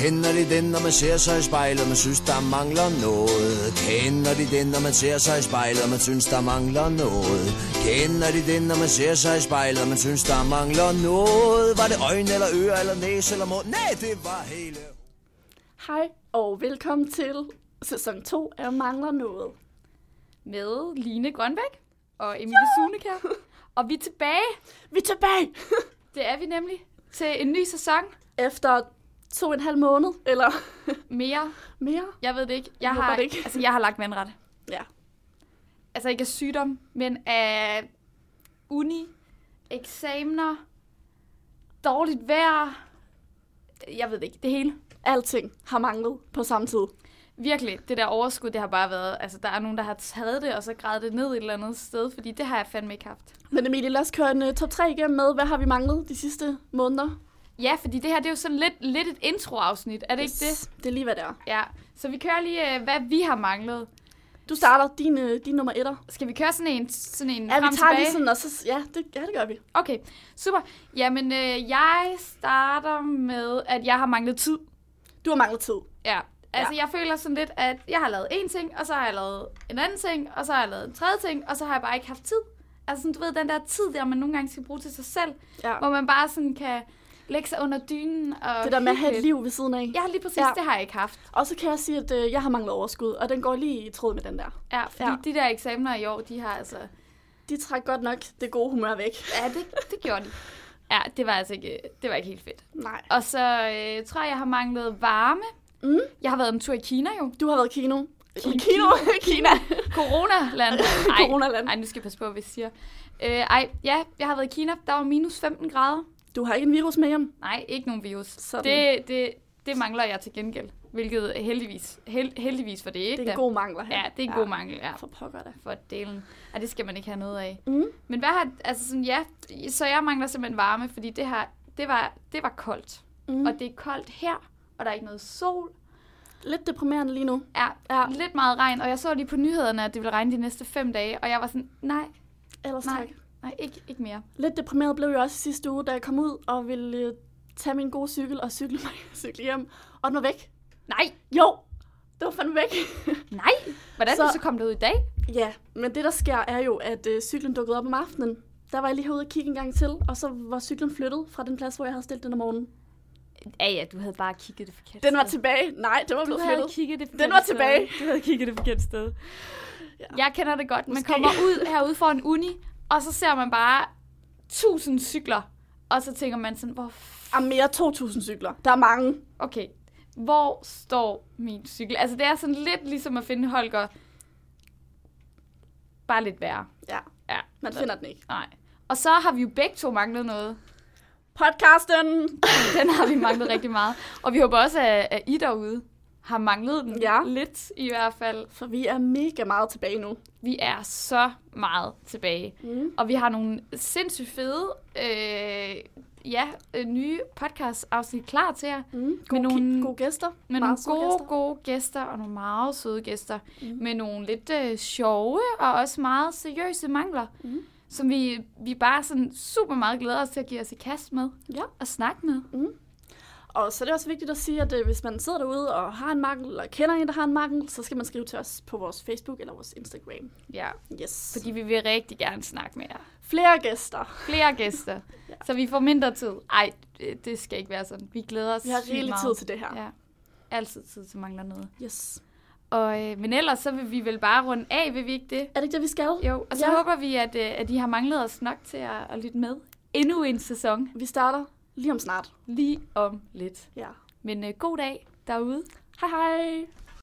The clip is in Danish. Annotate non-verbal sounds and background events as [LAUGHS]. Kender de den, når man ser sig i spejlet, man synes, der mangler noget? Kender de den, når man ser sig i spejlet, man synes, der mangler noget? Kender de den, når man ser sig i spejlet, man synes, der mangler noget? Var det øjne, eller ører, eller næse, eller mund? Nej, det var hele... Hej og velkommen til sæson 2 af Mangler Noget. med Line Grønbæk og Emilie Sunekær. Og vi er tilbage, Vi er tilbage [LAUGHS] det er vi nemlig, til en ny sæson. efter to og en halv måned, eller [LAUGHS] Mere, mere. jeg ved det ikke. Jeg, håber har, det ikke. [LAUGHS] Altså, jeg har lagt vandret. Ja. Altså ikke af sygdom, men af uni, eksamener, dårligt vejr. Jeg ved det ikke, det hele. Alting har manglet på samme tid. Virkelig, det der overskud, det har bare været, altså der er nogen, der har taget det, og så grædet det ned et eller andet sted, fordi det har jeg fandme ikke haft. Men Emilie, lad os køre en uh, top 3 igennem med, hvad har vi manglet de sidste måneder? Ja, fordi det her, det er jo sådan lidt, lidt et introafsnit, er det yes. ikke det? Det er lige, hvad det er. Ja, så vi kører lige, øh, hvad vi har manglet. Du starter din, uh, din nummer etter. Skal vi køre sådan en, sådan en Ja, frem vi tager tilbage? lige sådan, og så, ja, det, ja, det gør vi. Okay, super. Jamen, øh, jeg starter med, at jeg har manglet tid. Du har manglet tid. Ja. Altså, ja. jeg føler sådan lidt, at jeg har lavet en ting, og så har jeg lavet en anden ting, og så har jeg lavet en tredje ting, og så har jeg bare ikke haft tid. Altså, sådan, du ved, den der tid der, man nogle gange skal bruge til sig selv, Ja. hvor man bare sådan kan lægge sig under dynen og Det der med at hygge have et lidt. liv ved siden af. Ja, lige præcis, Ja. ja. det har jeg ikke haft. Og så kan jeg sige, at øh, jeg har manglet overskud, og den går lige i tråd med den der. Ja, fordi Ja. ja. de der eksamener i år, de har altså... De trak godt nok det gode humør væk. Ja, det, det gjorde de. Ja, det var altså ikke, det var ikke helt fedt. Nej. Og så øh, tror jeg, jeg har manglet varme. Mm. Jeg har været en tur i Kina jo. Du har været i kino. Kino. [LAUGHS] Kino. Kina. [LAUGHS] Corona-land. Coronaland. Ej, nu skal jeg passe på, hvad jeg siger. Øh, ej, ja, jeg har været i Kina. Der var minus 15 grader. Du har ikke en virus med hjem. Nej, ikke nogen virus. Sådan. Det, det, det mangler jeg til gengæld. Hvilket heldigvis, hel, heldigvis for det, ikke? Det er en da? god mangler her. Ja, det er en ja. god mangel, ja. For pokker da. For delen. Ej, det skal man ikke have noget af. Mm. Men hvad har, altså sådan, ja, så jeg mangler simpelthen varme, fordi det her, det var, det var koldt. Mm. Mm. Og Og det er koldt her, og der er ikke noget sol. lidt deprimerende lige nu. Ja, Ja. ja, lidt meget regn, og jeg så lige på nyhederne, at det ville regne de næste fem dage, og jeg var sådan, nej, Ellers Nej. tak. nej, ikke, ikke mere. Lidt deprimeret blev jeg også i sidste uge, da jeg kom ud og ville øh, tage min gode cykel og cykle, mig, [LAUGHS] cykle hjem. Og den var væk. Nej, Jo, det var fandme væk. [LAUGHS] nej! Hvordan Så- så, så kom det ud i dag? ja, men det der sker er jo, at øh, cyklen dukkede op om aftenen. Der var jeg lige herude og kigge en gang til, og så var cyklen flyttet fra den plads, hvor jeg havde stillet den om morgenen. Ja, ja, du havde bare kigget det forkert Den var tilbage. Nej, den var Du blevet havde flyttet. kigget det Den var forkerte tilbage. Sted. Du havde kigget det forkerte sted. Ja. Ja. Jeg kender det godt. Man Måske. Måske. kommer ud herude for en uni, og så ser man bare tusind cykler, og så tænker man sådan, hvor, f- Ah, mere 2.000 cykler. Der er mange. okay, hvor står min cykel? Altså, det er sådan lidt ligesom at finde Holger, bare lidt værre. Ja, Ja, man finder den ikke. Nej. Og så har vi jo begge to manglet noget. [LAUGHS] Podcasten! Den har vi manglet rigtig meget. Og vi håber også, at, at I derude har manglet den Ja. lidt i hvert fald. For vi er mega meget tilbage nu. Vi er så meget tilbage. Mm. Og vi har nogle sindssygt fede øh, ja, øh, nye podcast-afsnit klar til jer. Mm. Gode, Med nogle- ki- gode gæster. Med Meget søde nogle gode, gæster. gæster. gode gæster og nogle meget søde gæster. Mm. Med nogle lidt øh, sjove og også meget seriøse mangler. Mm. Mm. Som vi, vi bare sådan super meget glæder os til at give os i kast med Ja. og snakke med. Og så er det også vigtigt at sige, at øh, hvis man sidder derude og har en mangel, eller kender en, der har en mangel, så skal man skrive til os på vores Facebook eller vores Instagram. Ja, Yes. fordi vi vil rigtig gerne snakke med jer. Flere gæster. Flere [LAUGHS] gæster, ja. så vi får mindre tid. Ej, øh, det, det skal ikke være sådan. Vi glæder os Vi har sygt rigelig meget. tid til det her. Ja, altid tid til mangler noget. Yes. Og, øh, men ellers så vil vi vel bare runde af, vil vi ikke det? Er det ikke det, vi skal? Jo, og så Ja. ja. håber vi, at, øh, at I har manglet os nok til at, at lytte med. Endnu en sæson, Vi starter lige om snart. lige om lidt. Ja. Men øh, god dag derude. Hej hej!